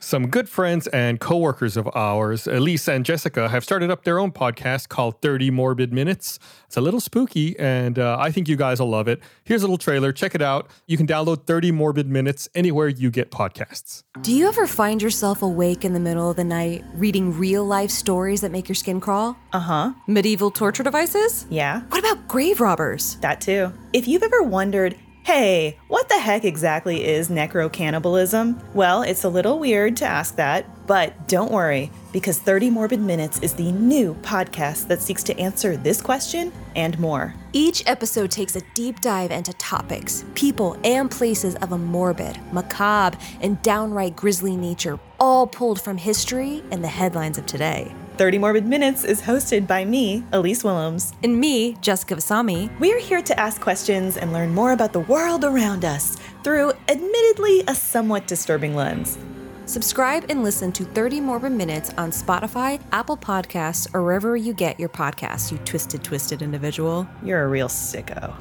Some good friends and coworkers of ours, Elise and Jessica, have started up their own podcast called 30 Morbid Minutes. It's a little spooky, and uh, I think you guys will love it. Here's a little trailer. Check it out. You can download 30 Morbid Minutes anywhere you get podcasts. Do you ever find yourself awake in the middle of the night reading real life stories that make your skin crawl? Uh huh. Medieval torture devices? Yeah, What about grave robbers? that too. If you've ever wondered, hey, what the heck exactly is necrocannibalism? Well, it's a little weird to ask that, but don't worry, because 30 Morbid Minutes is the new podcast that seeks to answer this question and more. Each episode takes a deep dive into topics, people, and places of a morbid, macabre, and downright grisly nature, all pulled from history and the headlines of today. 30 Morbid Minutes is hosted by me, Elise Willems. And me, Jessica Vasami, We're here to ask questions and learn more about the world around us through admittedly a somewhat disturbing lens. subscribe and listen to 30 Morbid Minutes on Spotify, Apple Podcasts, or wherever you get your podcasts, you twisted, twisted individual. You're a real sicko.